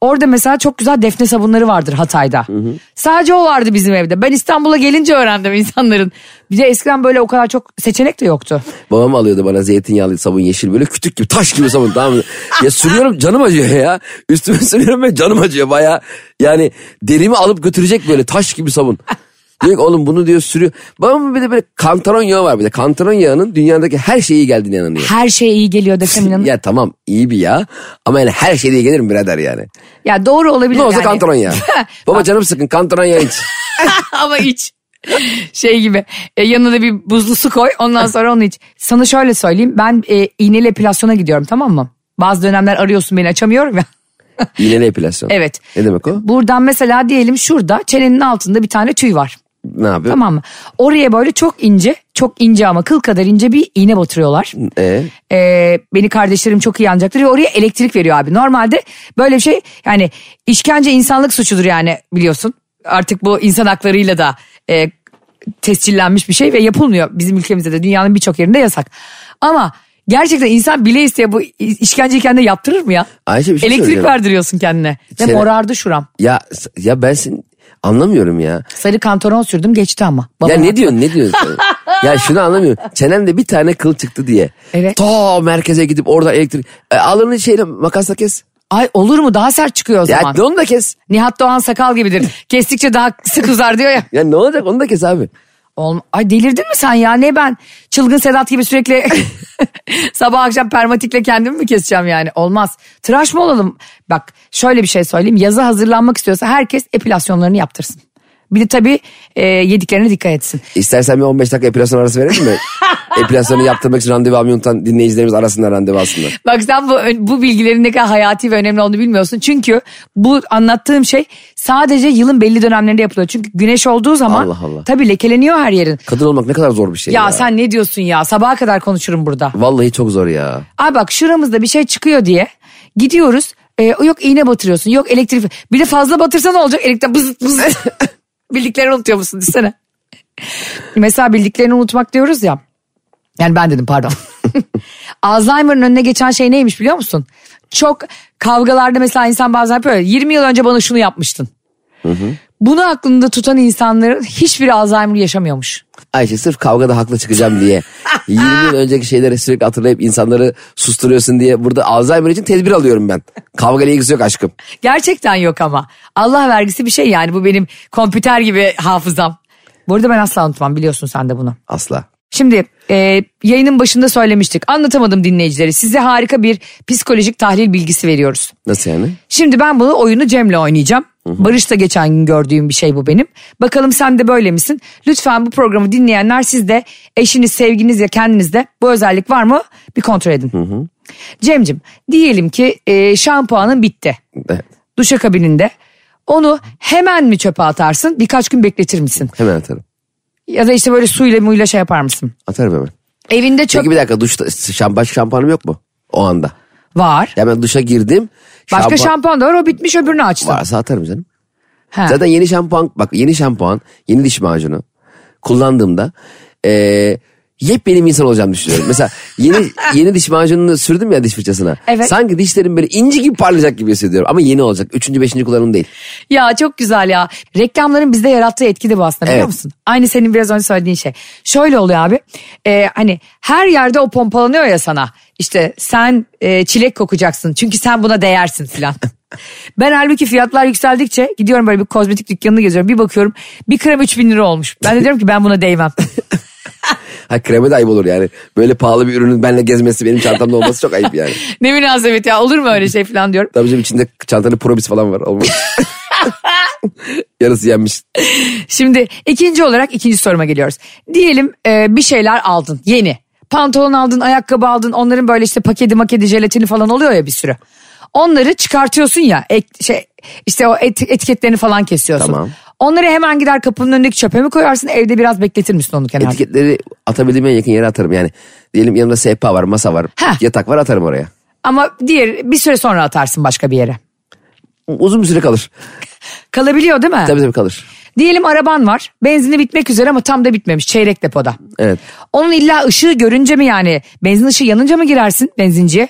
Speaker 2: Orada mesela çok güzel defne sabunları vardır Hatay'da. Sadece o vardı bizim evde. Ben İstanbul'a gelince öğrendim insanların. Bir de eskiden böyle o kadar çok seçenek de yoktu.
Speaker 3: Babam alıyordu bana zeytinyağlı sabun yeşil böyle kütük gibi taş gibi sabun tamam mı? Ya sürüyorum canım acıyor ya. Üstüme sürüyorum ve canım acıyor baya. Yani derimi alıp götürecek böyle taş gibi sabun. diyor ki oğlum bunu diyor sürüyor. Babamın bir de böyle kantaron yağı var bir de. Kantaron yağının dünyadaki her şeye iyi geldiğine inanıyor.
Speaker 2: Her şey iyi geliyor desem inanın. ya,
Speaker 3: ya tamam iyi bir yağ ama yani her şeye iyi gelir mi birader yani.
Speaker 2: doğru olabilir
Speaker 3: Ne olsa
Speaker 2: yani.
Speaker 3: kantaron yağı. Baba canım sıkın kantaron yağı iç.
Speaker 2: Ama iç. Şey gibi e, yanına da bir buzlu su koy ondan sonra onu iç. Sana şöyle söyleyeyim ben e, iğneyle epilasyona gidiyorum tamam mı? Bazı dönemler arıyorsun beni açamıyorum ya.
Speaker 3: İğneli epilasyon.
Speaker 2: Evet.
Speaker 3: Ne demek o?
Speaker 2: Buradan mesela diyelim şurada çenenin altında bir tane tüy var.
Speaker 3: Ne yapıyor?
Speaker 2: Tamam mı? Oraya böyle çok ince, çok ince ama kıl kadar ince bir iğne batırıyorlar.
Speaker 3: Ee,
Speaker 2: Ee, beni kardeşlerim çok iyi anlayacaktır ve oraya elektrik veriyor abi. Normalde böyle bir şey yani işkence insanlık suçudur yani biliyorsun. Artık bu insan haklarıyla da e, tescillenmiş bir şey ve yapılmıyor. Bizim ülkemizde de dünyanın birçok yerinde yasak. Ama gerçekten insan bile isteye bu işkenceyi kendine yaptırır mı ya?
Speaker 3: Ayşe bir şey
Speaker 2: elektrik
Speaker 3: söyleyeceğim.
Speaker 2: verdiriyorsun kendine. Ve
Speaker 3: Seni-
Speaker 2: morardı şuram.
Speaker 3: ya, ya ben seni anlamıyorum ya.
Speaker 2: Sarı kantaron sürdüm geçti ama.
Speaker 3: Ya
Speaker 2: Babam-
Speaker 3: ne diyorsun ne diyorsun? ya şunu anlamıyorum. Çenemde bir tane kıl çıktı diye.
Speaker 2: Evet.
Speaker 3: Ta merkeze gidip orada elektrik. E, alını şeyle makasla kes.
Speaker 2: Ay olur mu daha sert çıkıyor o
Speaker 3: Ya
Speaker 2: zaman.
Speaker 3: onu da kes.
Speaker 2: Nihat Doğan sakal gibidir. Kestikçe daha sık uzar diyor ya.
Speaker 3: Ya ne olacak onu da kes abi.
Speaker 2: Olma. Ay delirdin mi sen ya? Ne ben çılgın Sedat gibi sürekli sabah akşam permatikle kendimi mi keseceğim yani? Olmaz. Tıraş mı olalım? Bak şöyle bir şey söyleyeyim. Yazı hazırlanmak istiyorsa herkes epilasyonlarını yaptırsın. Bir de tabii e, yediklerine dikkat etsin.
Speaker 3: İstersen bir 15 dakika epilasyon arası verelim mi? Epilasyonu yaptırmak için randevu almayı unutan dinleyicilerimiz arasında randevu aslında.
Speaker 2: Bak sen bu, bu bilgilerin ne kadar hayati ve önemli olduğunu bilmiyorsun. Çünkü bu anlattığım şey sadece yılın belli dönemlerinde yapılıyor. Çünkü güneş olduğu zaman
Speaker 3: Allah Allah.
Speaker 2: tabii lekeleniyor her yerin.
Speaker 3: Kadın olmak ne kadar zor bir şey ya.
Speaker 2: Ya, sen ne diyorsun ya? Sabaha kadar konuşurum burada.
Speaker 3: Vallahi çok zor ya.
Speaker 2: Ay bak şuramızda bir şey çıkıyor diye gidiyoruz. E, yok iğne batırıyorsun. Yok elektrik. Bir de fazla batırsa ne olacak? Elekten bız bız. bildiklerini unutuyor musun? Düşsene. Mesela bildiklerini unutmak diyoruz ya. Yani ben dedim pardon. Alzheimer'ın önüne geçen şey neymiş biliyor musun? Çok kavgalarda mesela insan bazen yapıyor. ya, 20 yıl önce bana şunu yapmıştın. Bunu aklında tutan insanların hiçbiri Alzheimer yaşamıyormuş.
Speaker 3: Ayşe sırf kavgada haklı çıkacağım diye 20 yıl önceki şeyleri sürekli hatırlayıp insanları susturuyorsun diye burada Alzheimer için tedbir alıyorum ben. Kavgayla ilgisi yok aşkım.
Speaker 2: Gerçekten yok ama. Allah vergisi bir şey yani bu benim kompüter gibi hafızam. Bu arada ben asla unutmam biliyorsun sen de bunu.
Speaker 3: Asla.
Speaker 2: Şimdi e, yayının başında söylemiştik anlatamadım dinleyicileri size harika bir psikolojik tahlil bilgisi veriyoruz.
Speaker 3: Nasıl yani?
Speaker 2: Şimdi ben bunu oyunu Cem'le oynayacağım. Barış da geçen gün gördüğüm bir şey bu benim. Bakalım sen de böyle misin? Lütfen bu programı dinleyenler siz de eşiniz, sevginiz ya kendinizde bu özellik var mı bir kontrol edin. Cem'cim diyelim ki e, şampuanın bitti
Speaker 3: Evet.
Speaker 2: duşakabininde. Onu hemen mi çöpe atarsın? Birkaç gün bekletir misin?
Speaker 3: Hemen atarım.
Speaker 2: Ya da işte böyle suyla muyla şey yapar mısın?
Speaker 3: Atarım hemen.
Speaker 2: Evinde çöp
Speaker 3: Peki bir dakika duşta şam, başka şampuanım yok mu? O anda.
Speaker 2: var.
Speaker 3: Ya ben duşa girdim.
Speaker 2: Başka
Speaker 3: şampuan-
Speaker 2: şampuan da var o bitmiş öbürünü açtın.
Speaker 3: Varsa atarım canım.
Speaker 2: He.
Speaker 3: Zaten yeni şampuan bak yeni şampuan yeni diş macunu kullandığımda eee yepyeni bir insan olacağımı düşünüyorum. Mesela yeni yeni diş macununu sürdüm ya diş fırçasına.
Speaker 2: Evet.
Speaker 3: Sanki dişlerim böyle inci gibi parlayacak gibi hissediyorum. Ama yeni olacak. Üçüncü beşinci kullanım değil.
Speaker 2: Ya çok güzel ya. Reklamların bizde yarattığı etki de bu aslında biliyor
Speaker 3: Evet.
Speaker 2: musun? Aynı senin biraz önce söylediğin şey. Şöyle oluyor abi. e, hani her yerde o pompalanıyor ya sana. İşte sen e, çilek kokacaksın çünkü sen buna değersin filan. Ben halbuki fiyatlar yükseldikçe gidiyorum böyle bir kozmetik dükkanını geziyorum. Bir bakıyorum bir krem 3000 lira olmuş. Ben de diyorum ki ben buna değmem.
Speaker 3: Ha kreme de ayıp olur yani. Böyle pahalı bir ürünün benimle gezmesi benim çantamda olması çok ayıp yani.
Speaker 2: ne münasebet ya olur mu öyle şey filan diyorum.
Speaker 3: Tabii canım içinde çantanın probis falan var. Olmaz. Yarısı yenmiş.
Speaker 2: Şimdi ikinci olarak ikinci soruma geliyoruz. Diyelim e, bir şeyler aldın yeni. Pantolon aldın, ayakkabı aldın. Onların böyle işte paketi maketi jelatini falan oluyor ya bir sürü. Onları çıkartıyorsun ya ek, şey, işte o et- etiketlerini falan kesiyorsun.
Speaker 3: Tamam.
Speaker 2: Onları hemen gider kapının önündeki çöpe mi koyarsın evde biraz bekletir misin onu kenarda?
Speaker 3: Etiketleri atabildiğim en yakın yere atarım yani. Diyelim yanımda sehpa var, masa var,
Speaker 2: Ha.
Speaker 3: yatak var atarım oraya.
Speaker 2: Ama diğer bir süre sonra atarsın başka bir yere.
Speaker 3: Uzun bir süre kalır.
Speaker 2: Kalabiliyor değil mi?
Speaker 3: Tabii tabii kalır.
Speaker 2: Diyelim araban var benzini bitmek üzere ama tam da bitmemiş çeyrek depoda.
Speaker 3: Evet.
Speaker 2: Onun illa ışığı görünce mi yani benzin ışığı yanınca mı girersin benzinciye?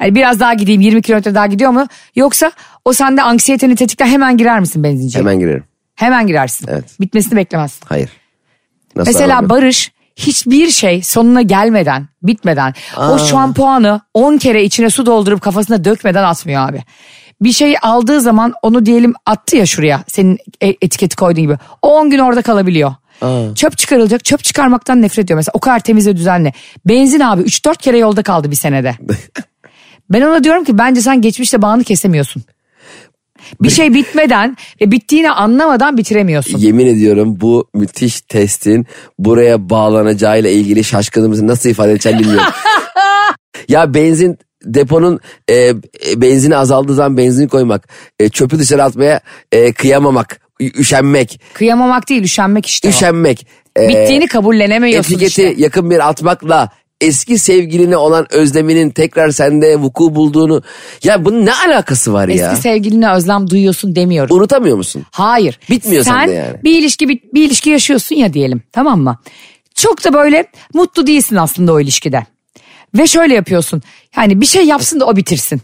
Speaker 2: Yani biraz daha gideyim 20 kilometre daha gidiyor mu? Yoksa o sende anksiyeteni tetikler hemen girer misin benzinciye?
Speaker 3: Hemen girerim.
Speaker 2: Hemen girersin.
Speaker 3: Evet.
Speaker 2: Bitmesini beklemezsin.
Speaker 3: Hayır. Nasıl
Speaker 2: Mesela
Speaker 3: aramam?
Speaker 2: Barış hiçbir şey sonuna gelmeden, bitmeden o şampuanı 10 kere içine su doldurup kafasına dökmeden atmıyor abi. bir şey aldığı zaman onu diyelim attı ya şuraya senin e- etiketi koyduğun gibi. O 10 gün orada kalabiliyor. Çöp çıkarılacak. Çöp çıkarmaktan nefret ediyor mesela. O kadar temiz ve düzenli. Benzin abi 3-4 kere yolda kaldı bir senede. ben ona diyorum ki bence sen geçmişle bağını kesemiyorsun. Bir şey bitmeden ve bittiğini anlamadan bitiremiyorsun.
Speaker 3: Yemin ediyorum bu müthiş testin buraya bağlanacağıyla ilgili şaşkınlığımızı nasıl ifade edeceğim bilmiyorum. ya benzin deponun e, e, benzini azaldığı zaman benzin koymak, e, çöpü dışarı atmaya e, kıyamamak, ü- üşenmek,
Speaker 2: Kıyamamak değil üşenmek işte o.
Speaker 3: üşenmek. e,
Speaker 2: Bittiğini kabullenemiyorsun
Speaker 3: etiketi
Speaker 2: işte.
Speaker 3: yakın bir atmakla eski sevgiline olan özleminin tekrar sende vuku bulduğunu ya bunun ne alakası var ya?
Speaker 2: Eski sevgiline özlem duyuyorsun demiyorum.
Speaker 3: Unutamıyor musun?
Speaker 2: Hayır.
Speaker 3: Bitmiyor
Speaker 2: Sen
Speaker 3: sende yani.
Speaker 2: bir ilişki bir, bir ilişki yaşıyorsun ya diyelim tamam mı? Çok da böyle mutlu değilsin aslında o ilişkide. Ve şöyle yapıyorsun. Yani bir şey yapsın da o bitirsin.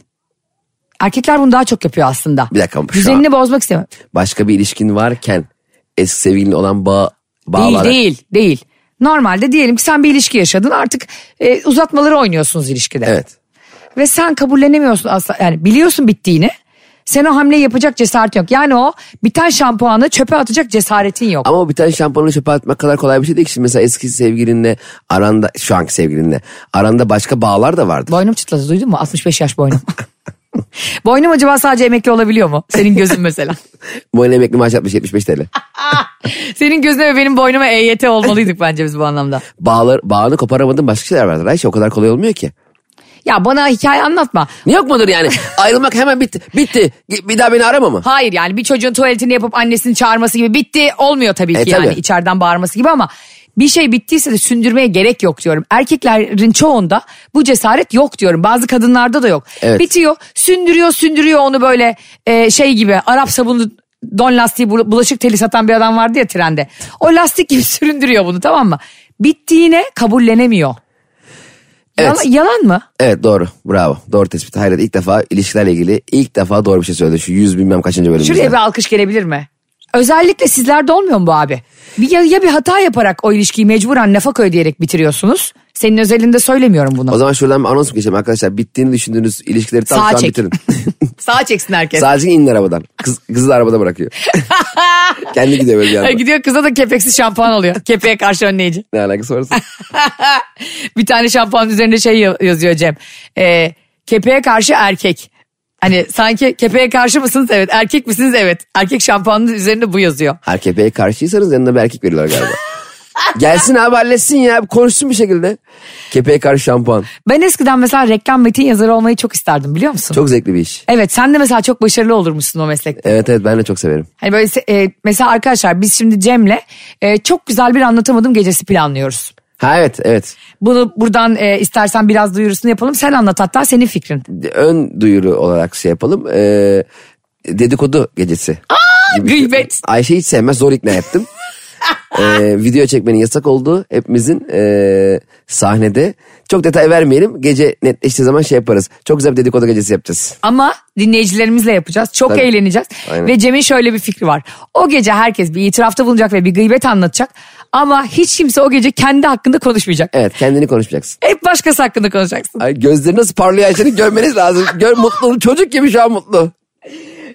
Speaker 2: Erkekler bunu daha çok yapıyor aslında.
Speaker 3: Bir dakika, şu an-
Speaker 2: Düzenini bozmak istemiyor.
Speaker 3: Başka bir ilişkin varken eski sevgiline olan bağ bağlanarak
Speaker 2: Değil değil değil. Normalde diyelim ki sen bir ilişki yaşadın artık e, uzatmaları oynuyorsunuz ilişkide.
Speaker 3: Evet.
Speaker 2: Ve sen kabullenemiyorsun asla yani biliyorsun bittiğini. Sen o hamleyi yapacak cesaretin yok. Yani o biten şampuanı çöpe atacak cesaretin yok.
Speaker 3: Ama o bir tane şampuanı çöpe atmak kadar kolay bir şey değil ki. Şimdi mesela eski sevgilinle aranda şu anki sevgilinle aranda başka bağlar da vardı.
Speaker 2: Boynum çıtladı duydun mu? 65 yaş boynum. boynum acaba sadece emekli olabiliyor mu? Senin gözün mesela.
Speaker 3: Bu en emekli maaş yapmış 75 TL.
Speaker 2: Senin gözüne ve benim boynuma EYT olmalıydık bence biz bu anlamda.
Speaker 3: Bağlar, bağını koparamadığın başka şeyler vardır. Ayşe o kadar kolay olmuyor ki.
Speaker 2: Ya bana hikaye anlatma.
Speaker 3: Ne yok mudur yani? Ayrılmak hemen bitti. Bitti. Bir daha beni arama mı?
Speaker 2: Hayır yani bir çocuğun tuvaletini yapıp annesini çağırması gibi bitti olmuyor tabii ki
Speaker 3: E, tabii.
Speaker 2: yani içeriden bağırması gibi ama bir şey bittiyse de sündürmeye gerek yok diyorum. Erkeklerin çoğunda bu cesaret yok diyorum. Bazı kadınlarda da yok.
Speaker 3: Evet.
Speaker 2: Bitiyor, sündürüyor, sündürüyor onu böyle e, şey gibi Arap sabunlu don lastiği bul- bulaşık teli satan bir adam vardı ya trende. O lastik gibi süründürüyor bunu tamam mı? Bittiğine kabullenemiyor.
Speaker 3: Evet.
Speaker 2: Yalan, yalan mı?
Speaker 3: Evet doğru. Bravo. Doğru tespit. Hayret ilk defa ilişkilerle ilgili ilk defa doğru bir şey söyledi. Şu yüz bilmem kaçıncı bölümde.
Speaker 2: Şuraya bir alkış gelebilir mi? Özellikle sizlerde olmuyor mu bu abi? Bir, ya, ya bir hata yaparak o ilişkiyi mecburen nafaka ödeyerek bitiriyorsunuz. Senin özelinde söylemiyorum bunu.
Speaker 3: O zaman şuradan bir anons mu geçelim arkadaşlar? Bittiğini düşündüğünüz ilişkileri tam
Speaker 2: Sağa
Speaker 3: şu an
Speaker 2: çek.
Speaker 3: bitirin.
Speaker 2: Sağa çeksin herkes.
Speaker 3: Sadece inin arabadan. Kız, kızı da arabada bırakıyor. Kendi gidiyor böyle bir
Speaker 2: Ay,
Speaker 3: anda.
Speaker 2: Gidiyor kıza da kepeksiz şampuan alıyor. Kepeğe karşı önleyici.
Speaker 3: Ne alakası varsa.
Speaker 2: bir tane şampuanın üzerinde şey ya- yazıyor Cem. Ee, kepeğe karşı erkek. Hani sanki kepeğe karşı mısınız? Evet. Erkek misiniz? Evet. Erkek şampuanının üzerinde bu yazıyor.
Speaker 3: Her kepeğe karşıysanız yanına bir erkek veriyorlar galiba. Gelsin abi halletsin ya. bir Konuşsun bir şekilde. Kepeğe karşı şampuan.
Speaker 2: Ben eskiden mesela reklam metin yazarı olmayı çok isterdim biliyor musun?
Speaker 3: Çok zevkli bir iş.
Speaker 2: Evet sen de mesela çok başarılı olurmuşsun o meslekte.
Speaker 3: Evet evet ben de çok severim.
Speaker 2: Hani böyle se- e, mesela arkadaşlar biz şimdi Cem'le e, çok güzel bir anlatamadım gecesi planlıyoruz.
Speaker 3: Ha evet evet.
Speaker 2: Bunu buradan e, istersen biraz duyurusunu yapalım. Sen anlat hatta senin fikrin.
Speaker 3: Ön duyuru olarak şey yapalım. Ee, dedikodu gecesi. gibi.
Speaker 2: gıybet.
Speaker 3: Ayşe hiç sevmez zor ikna ettim. Ee, video çekmenin yasak olduğu hepimizin ee, sahnede. Çok detay vermeyelim. Gece netleştiği zaman şey yaparız. Çok güzel bir dedikodu gecesi yapacağız.
Speaker 2: Ama dinleyicilerimizle yapacağız. Çok
Speaker 3: Tabii.
Speaker 2: eğleneceğiz.
Speaker 3: Aynen.
Speaker 2: Ve Cem'in şöyle bir fikri var. O gece herkes bir itirafta bulunacak ve bir gıybet anlatacak. Ama hiç kimse o gece kendi hakkında konuşmayacak.
Speaker 3: Evet kendini konuşmayacaksın.
Speaker 2: Hep başkası hakkında konuşacaksın.
Speaker 3: Ay gözleri nasıl parlıyor Ayşe'nin görmeniz lazım. Gör mutlu. Çocuk gibi şu an mutlu.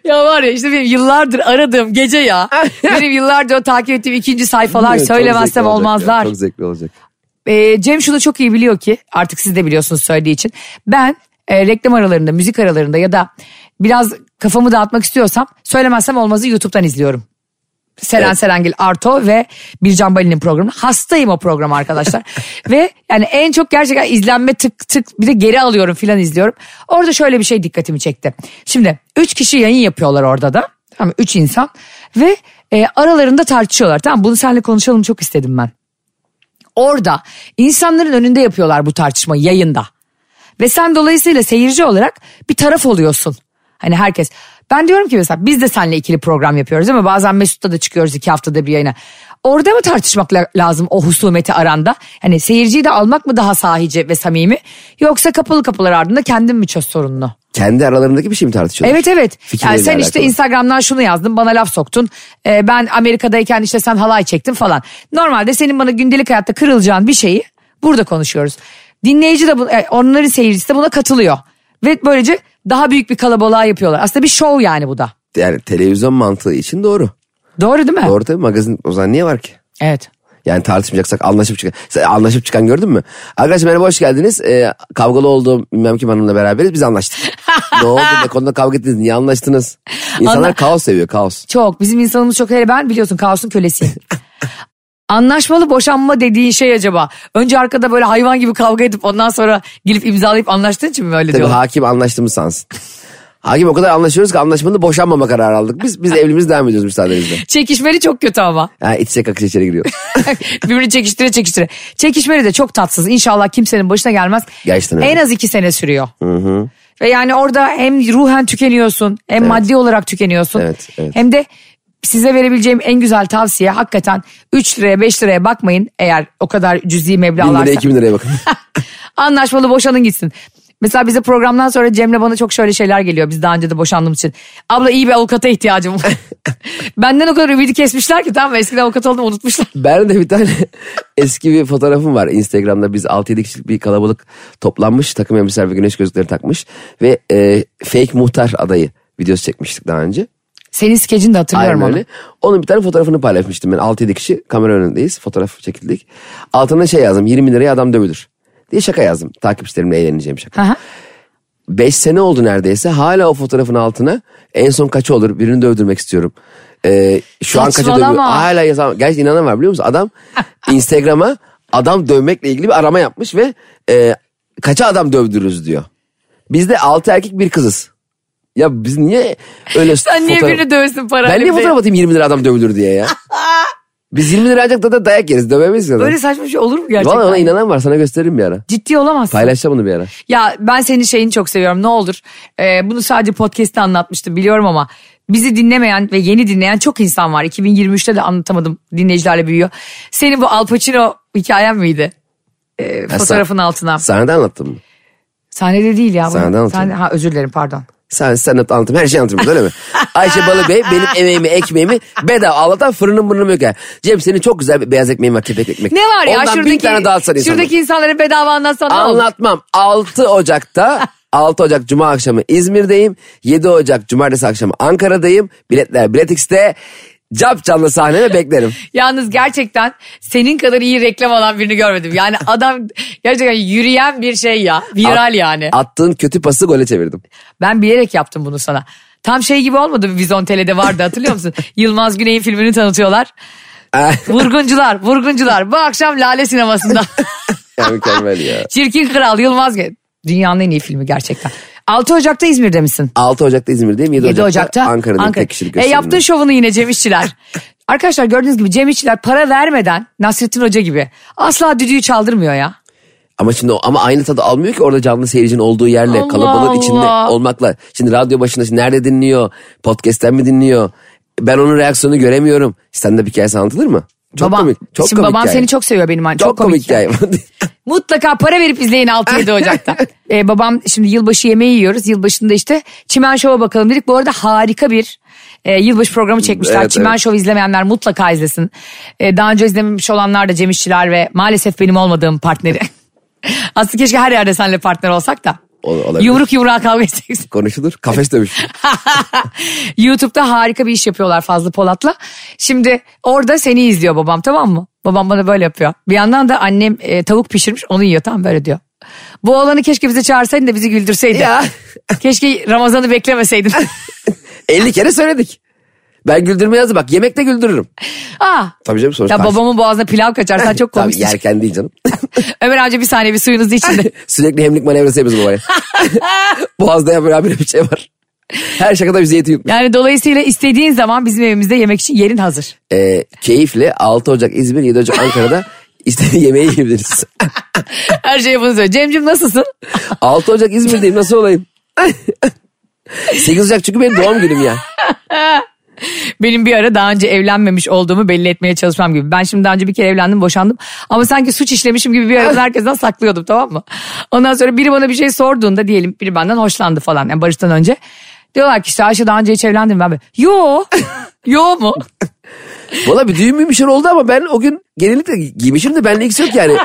Speaker 2: Ya var ya işte benim yıllardır aradığım gece ya. benim yıllardır o takip ettiğim ikinci sayfalar
Speaker 3: Evet, çok zevkli
Speaker 2: söylemezsem
Speaker 3: olacak
Speaker 2: olmazlar.
Speaker 3: ya, çok zevkli olacak.
Speaker 2: E, Cem şunu çok iyi biliyor ki artık siz de biliyorsunuz söylediği için. Ben e, reklam aralarında, müzik aralarında ya da biraz kafamı dağıtmak istiyorsam söylemezsem olmazı YouTube'dan izliyorum. Seren
Speaker 3: Evet.
Speaker 2: Serengil Arto ve Bircan Balin'in programı. Hastayım o programa arkadaşlar. ve yani en çok gerçekten izlenme tık tık bir de geri alıyorum filan izliyorum. Orada şöyle bir şey dikkatimi çekti. Şimdi üç kişi yayın yapıyorlar orada da. Tamam mı? üç insan ve e, aralarında tartışıyorlar. Tamam bunu seninle konuşalım çok istedim ben orada insanların önünde yapıyorlar bu tartışmayı yayında. Ve sen dolayısıyla seyirci olarak bir taraf oluyorsun. Hani herkes. Ben diyorum ki mesela biz de seninle ikili program yapıyoruz ama bazen Mesut'ta da çıkıyoruz iki haftada bir yayına. Orada mı tartışmak la- lazım o husumeti aranda? Hani seyirciyi de almak mı daha sahici ve samimi? Yoksa kapalı kapılar ardında kendin mi çöz sorununu?
Speaker 3: Kendi aralarındaki bir şey mi tartışıyorlar?
Speaker 2: Evet evet. Yani
Speaker 3: Fikirleriyle
Speaker 2: sen işte
Speaker 3: alakalı.
Speaker 2: Instagram'dan şunu yazdın bana laf soktun. Ee, ben Amerika'dayken işte sen halay çektin falan. Normalde senin bana gündelik hayatta kırılacağın bir şeyi burada konuşuyoruz. Dinleyici de bu, e, onların seyircisi de buna katılıyor. Ve böylece daha büyük bir kalabalığa yapıyorlar. Aslında bir şov yani bu da.
Speaker 3: Yani televizyon mantığı için doğru.
Speaker 2: Doğru değil mi?
Speaker 3: Doğru tabii magazin o zaman niye var ki?
Speaker 2: Evet.
Speaker 3: Yani tartışmayacaksak anlaşıp çıkan. Sen anlaşıp çıkan gördün mü? Arkadaşlar merhaba hoş geldiniz. Ee, kavgalı olduğum bilmem kim hanımla beraberiz biz anlaştık. ne oldu ne konuda kavga ettiniz niye anlaştınız? İnsanlar
Speaker 2: Anla-
Speaker 3: kaos seviyor kaos.
Speaker 2: Çok. Bizim insanımız çok hele ben biliyorsun kaosun kölesiyim. Anlaşmalı boşanma dediğin şey acaba? Önce arkada böyle hayvan gibi kavga edip ondan sonra gelip imzalayıp anlaştığın için mi öyle
Speaker 3: Tabii
Speaker 2: diyorlar?
Speaker 3: hakim anlaştığımız sansın. hakim o kadar anlaşıyoruz ki anlaşmanın boşanmama kararı aldık. Biz biz evliliğimiz devam ediyoruz müsaadenizle.
Speaker 2: Çekişmeli çok kötü ama.
Speaker 3: Ha, içsek akış içeri giriyor.
Speaker 2: Birbirini çekiştire çekiştire. Çekişmeli de çok tatsız. İnşallah kimsenin başına gelmez.
Speaker 3: Gerçekten öyle.
Speaker 2: En az iki sene sürüyor. Ve yani orada hem ruhen tükeniyorsun hem maddi olarak tükeniyorsun.
Speaker 3: Evet, evet.
Speaker 2: Hem de size verebileceğim en güzel tavsiye hakikaten 3 liraya 5 liraya bakmayın eğer o kadar cüzi
Speaker 3: Bin
Speaker 2: meblağlarsa.
Speaker 3: liraya iki bin liraya bakın.
Speaker 2: Anlaşmalı boşanın gitsin. Mesela bize programdan sonra Cem'le bana çok şöyle şeyler geliyor biz daha önce de boşandığımız için. Abla iyi bir avukata ihtiyacım var. Benden o kadar ümidi kesmişler ki tamam mı? eskiden avukat oldum unutmuşlar.
Speaker 3: Ben de bir tane eski bir fotoğrafım var Instagram'da. Biz 6-7 kişilik bir kalabalık toplanmış. Takım elbiseler ve güneş gözlükleri takmış. Ve e, fake muhtar adayı videosu çekmiştik daha önce.
Speaker 2: Senin skecini de hatırlıyorum
Speaker 3: Aynen
Speaker 2: onu.
Speaker 3: öyle. Onun bir tane fotoğrafını paylaşmıştım ben. 6-7 kişi kamera önündeyiz. Fotoğraf çekildik. Altına şey yazdım. 20 liraya adam dövülür. Diye şaka yazdım. Takipçilerimle eğleneceğim şaka.
Speaker 2: Aha.
Speaker 3: 5 sene oldu neredeyse. Hala o fotoğrafın altına en son kaçı olur? Birini de öldürmek istiyorum. Ee, şu an kaçı
Speaker 2: Saçmalama.
Speaker 3: dövüyor? Hala yazan. Gerçi inanan var biliyor musun? Adam Instagram'a adam dövmekle ilgili bir arama yapmış ve e, kaça adam dövdürürüz diyor. Biz de 6 erkek bir kızız. Ya biz niye öyle
Speaker 2: Sen niye
Speaker 3: fotoğraf-
Speaker 2: birini dövsün parayla?
Speaker 3: Ben niye
Speaker 2: bir de?
Speaker 3: fotoğraf atayım 20 lira adam dövülür diye ya? Biz 20 lira ancak da- da dayak yeriz dövemeyiz ya.
Speaker 2: Böyle saçma bir şey olur mu gerçekten?
Speaker 3: Valla ona inanan var sana gösteririm bir ara.
Speaker 2: Ciddi olamazsın.
Speaker 3: Paylaşacağım bunu bir ara.
Speaker 2: Ya ben senin şeyini çok seviyorum ne olur. Ee, bunu sadece podcast'te anlatmıştım biliyorum ama bizi dinlemeyen ve yeni dinleyen çok insan var. 2023'te de anlatamadım dinleyicilerle büyüyor. Senin bu Al Pacino hikayen miydi? Ee,
Speaker 3: Ya
Speaker 2: fotoğrafın
Speaker 3: sa-
Speaker 2: altına.
Speaker 3: Sahnede anlattım mı?
Speaker 2: Sahnede değil ya. bu.
Speaker 3: Sahnede anlatayım.
Speaker 2: ha, özür dilerim pardon.
Speaker 3: Sen sanat anlatım her şeyi anlatırım şey öyle mi? Ayşe Balıbey benim emeğimi ekmeğimi bedava ağlatan fırının burnunu yok. Cem senin çok güzel bir beyaz ekmeğin var kepek ekmek.
Speaker 2: Ne var ya
Speaker 3: Ondan
Speaker 2: şuradaki,
Speaker 3: bin tane dağıtsan insanlar.
Speaker 2: şuradaki insanlara bedava anlatsan ne olur?
Speaker 3: Anlatmam 6 Ocak'ta 6 Ocak Cuma akşamı İzmir'deyim. 7 Ocak Cumartesi akşamı Ankara'dayım. Biletler Biletix'te. Cap canlı sahneme beklerim.
Speaker 2: Yalnız gerçekten senin kadar iyi reklam alan birini görmedim. Yani adam gerçekten yürüyen bir şey ya. Viral
Speaker 3: At-
Speaker 2: yani.
Speaker 3: Attığın kötü pası gole çevirdim.
Speaker 2: Ben bilerek yaptım bunu sana. Tam şey gibi olmadı mı Vizontele'de vardı hatırlıyor musun? Yılmaz Güney'in filmini tanıtıyorlar. Vurguncular, vurguncular. Bu akşam Lale sinemasında.
Speaker 3: Ya mükemmel ya.
Speaker 2: Çirkin Kral Yılmaz Güney. Dünyanın en iyi filmi gerçekten. 6 Ocak'ta İzmir'de misin?
Speaker 3: 6 Ocak'ta İzmir'deyim. 7,
Speaker 2: 7
Speaker 3: Ocak'ta,
Speaker 2: Ocak'ta
Speaker 3: Ankara'dayım. Tek kişilik
Speaker 2: E
Speaker 3: gösterimde.
Speaker 2: yaptığın şovunu yine Cem İşçiler. Arkadaşlar gördüğünüz gibi Cem İşçiler para vermeden Nasrettin Hoca gibi asla düdüğü çaldırmıyor ya.
Speaker 3: Ama şimdi o- ama aynı tadı almıyor ki orada canlı seyircinin olduğu yerle
Speaker 2: Allah
Speaker 3: kalabalığın içinde
Speaker 2: Allah.
Speaker 3: olmakla. Şimdi radyo başında şimdi nerede dinliyor? Podcast'ten mi dinliyor? Ben onun reaksiyonunu göremiyorum. Stand-up hikayesi anlatılır mı? Çok
Speaker 2: Babam-
Speaker 3: komik. Çok
Speaker 2: Şimdi
Speaker 3: komik
Speaker 2: babam
Speaker 3: hikaye.
Speaker 2: seni çok seviyor benim annem. Çok,
Speaker 3: çok komik hikaye.
Speaker 2: Mutlaka para verip izleyin 6-7 Ocak'ta. Ee, babam şimdi yılbaşı yemeği yiyoruz. Yılbaşında işte Çimen Şov'a bakalım dedik. Bu arada harika bir e, yılbaşı programı çekmişler.
Speaker 3: Evet,
Speaker 2: Çimen
Speaker 3: evet.
Speaker 2: Şov'u izlemeyenler mutlaka izlesin. E, daha önce izlememiş olanlar da Cem İşçiler ve maalesef benim olmadığım partneri. Aslında keşke her yerde seninle partner olsak da.
Speaker 3: Ol- olabilir.
Speaker 2: Yumruk yumruğa kavga edeceksin.
Speaker 3: Konuşulur. Kafes dövüş.
Speaker 2: YouTube'da harika bir iş yapıyorlar Fazlı Polat'la. Şimdi orada seni izliyor babam tamam mı? Babam bana böyle yapıyor. Bir yandan da annem e, tavuk pişirmiş onu yiyor tam böyle diyor. Bu olanı keşke bize çağırsaydın da bizi güldürseydin.
Speaker 3: Ya.
Speaker 2: Keşke Ramazan'ı beklemeseydin.
Speaker 3: 50 kere söyledik. Ben güldürmeye hazır. Bak yemekte güldürürüm.
Speaker 2: Aa.
Speaker 3: Tabii canım sonuçta.
Speaker 2: Ya babamın boğazına pilav kaçar sen çok
Speaker 3: Tabii
Speaker 2: komiksin.
Speaker 3: yerken değil canım.
Speaker 2: Ömer amca bir saniye bir suyunuzu için de.
Speaker 3: Sürekli hemlik manevrası yapıyoruz babaya. Boğazda ya böyle bir şey var. Her şakada bizi yetiyor.
Speaker 2: Yani dolayısıyla istediğin zaman bizim evimizde yemek için yerin hazır.
Speaker 3: Ee, keyifle 6 Ocak İzmir, 7 Ocak Ankara'da istediğin yemeği yiyebiliriz.
Speaker 2: Her şeyi bunu söyle. Cemcim nasılsın?
Speaker 3: 6 Ocak İzmir'deyim nasıl olayım? 8 Ocak çünkü benim doğum günüm ya.
Speaker 2: benim bir ara daha önce evlenmemiş olduğumu belli etmeye çalışmam gibi. Ben şimdi daha önce bir kere evlendim boşandım ama sanki suç işlemişim gibi bir ara herkesten saklıyordum tamam mı? Ondan sonra biri bana bir şey sorduğunda diyelim biri benden hoşlandı falan yani barıştan önce. Diyorlar ki işte Ayşe daha önce hiç evlendin mi? Ben böyle yo yo mu?
Speaker 3: Valla bir düğün mümüşür oldu ama ben o gün genellikle giymişim de benle ilgisi yok yani.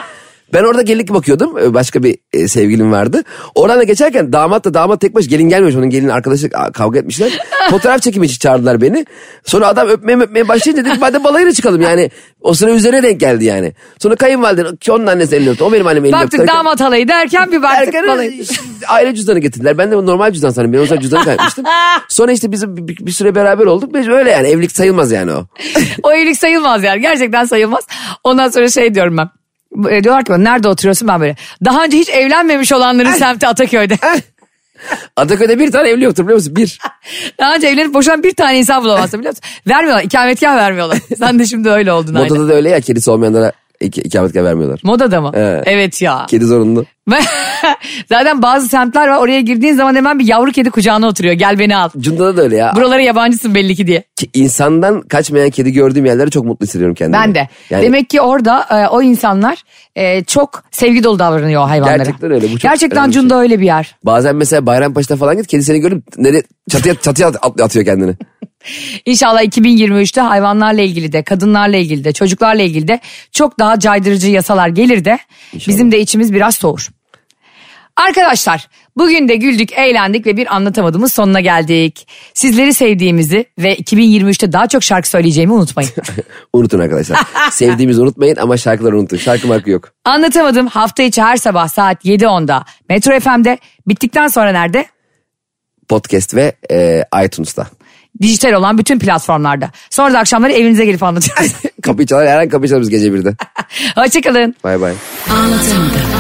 Speaker 3: Ben orada gelinlik bakıyordum. Ee, Başka bir e, sevgilim vardı. Oradan da geçerken damat da damat tek baş gelin gelmemiş. Onun gelinin arkadaşı a, kavga etmişler. Fotoğraf çekimi için çağırdılar beni. Sonra adam öpmeye öpmeye başlayınca dedim madem balayına çıkalım yani. O sıra üzerine denk geldi yani. Sonra kayınvaliden ki onun annesi elini öptü. O benim annem elini öptü.
Speaker 2: Baktık damat halayı derken bir baktık
Speaker 3: Erken
Speaker 2: balayı.
Speaker 3: aile cüzdanı getirdiler. Ben de normal cüzdan sanırım. Ben o zaman cüzdanı kaybetmiştim. Sonra işte biz bir, bir- bir süre beraber olduk. Biz öyle yani evlilik sayılmaz yani o.
Speaker 2: O evlilik sayılmaz yani gerçekten sayılmaz. Ondan sonra şey diyorum ben. E, diyorlar ki bana, nerede oturuyorsun ben böyle. Daha önce hiç evlenmemiş olanların semti Ataköy'de.
Speaker 3: Ataköy'de bir tane evli yoktur biliyor musun? Bir.
Speaker 2: Daha önce evlenip boşanan bir tane insan bulamazsın biliyor musun? Vermiyorlar ikametgah vermiyorlar. Sen de şimdi öyle oldun aynı.
Speaker 3: Modada da öyle ya kedisi olmayanlara ik- ikametgah vermiyorlar.
Speaker 2: Modada mı?
Speaker 3: Evet.
Speaker 2: Evet ya.
Speaker 3: Kedi zorunlu.
Speaker 2: Zaten bazı semtler var oraya girdiğin zaman hemen bir yavru kedi kucağına oturuyor. Gel beni al.
Speaker 3: Cunda'da da öyle ya.
Speaker 2: Buralara yabancısın belli ki diye.
Speaker 3: Ki insandan kaçmayan kedi gördüğüm yerlere çok mutlu hissediyorum kendimi.
Speaker 2: Ben de.
Speaker 3: Yani
Speaker 2: Demek ki orada e, o insanlar e, çok sevgi dolu davranıyor o hayvanlara.
Speaker 3: Gerçekten öyle, bu çok
Speaker 2: Gerçekten
Speaker 3: önemli bir şey.
Speaker 2: Cunda öyle bir yer.
Speaker 3: bazen mesela Bayrampaşa'da falan git kedi seni görüp nereye, çatıya, çatıya at- at- atıyor kendini.
Speaker 2: İnşallah 2023'te hayvanlarla ilgili de, kadınlarla ilgili de, çocuklarla ilgili de çok daha caydırıcı yasalar gelir de bizim de içimiz biraz soğur. Arkadaşlar bugün de güldük, eğlendik ve bir anlatamadığımız sonuna geldik. Sizleri sevdiğimizi ve 2023'te daha çok şarkı söyleyeceğimi unutmayın.
Speaker 3: Unutun arkadaşlar. Sevdiğimizi unutmayın ama şarkıları unutun. Şarkı markı yok.
Speaker 2: Anlatamadım hafta içi her sabah saat 7.10'da Metro FM'de bittikten sonra nerede?
Speaker 3: Podcast ve e, iTunes'ta.
Speaker 2: Dijital olan bütün platformlarda. Sonra da akşamları evinize gelip anlatıyoruz.
Speaker 3: Kapıyı çalar her an kapıyı çalar biz gece birde.
Speaker 2: Hoşçakalın.
Speaker 3: Bay bay.
Speaker 4: Anlatamadım.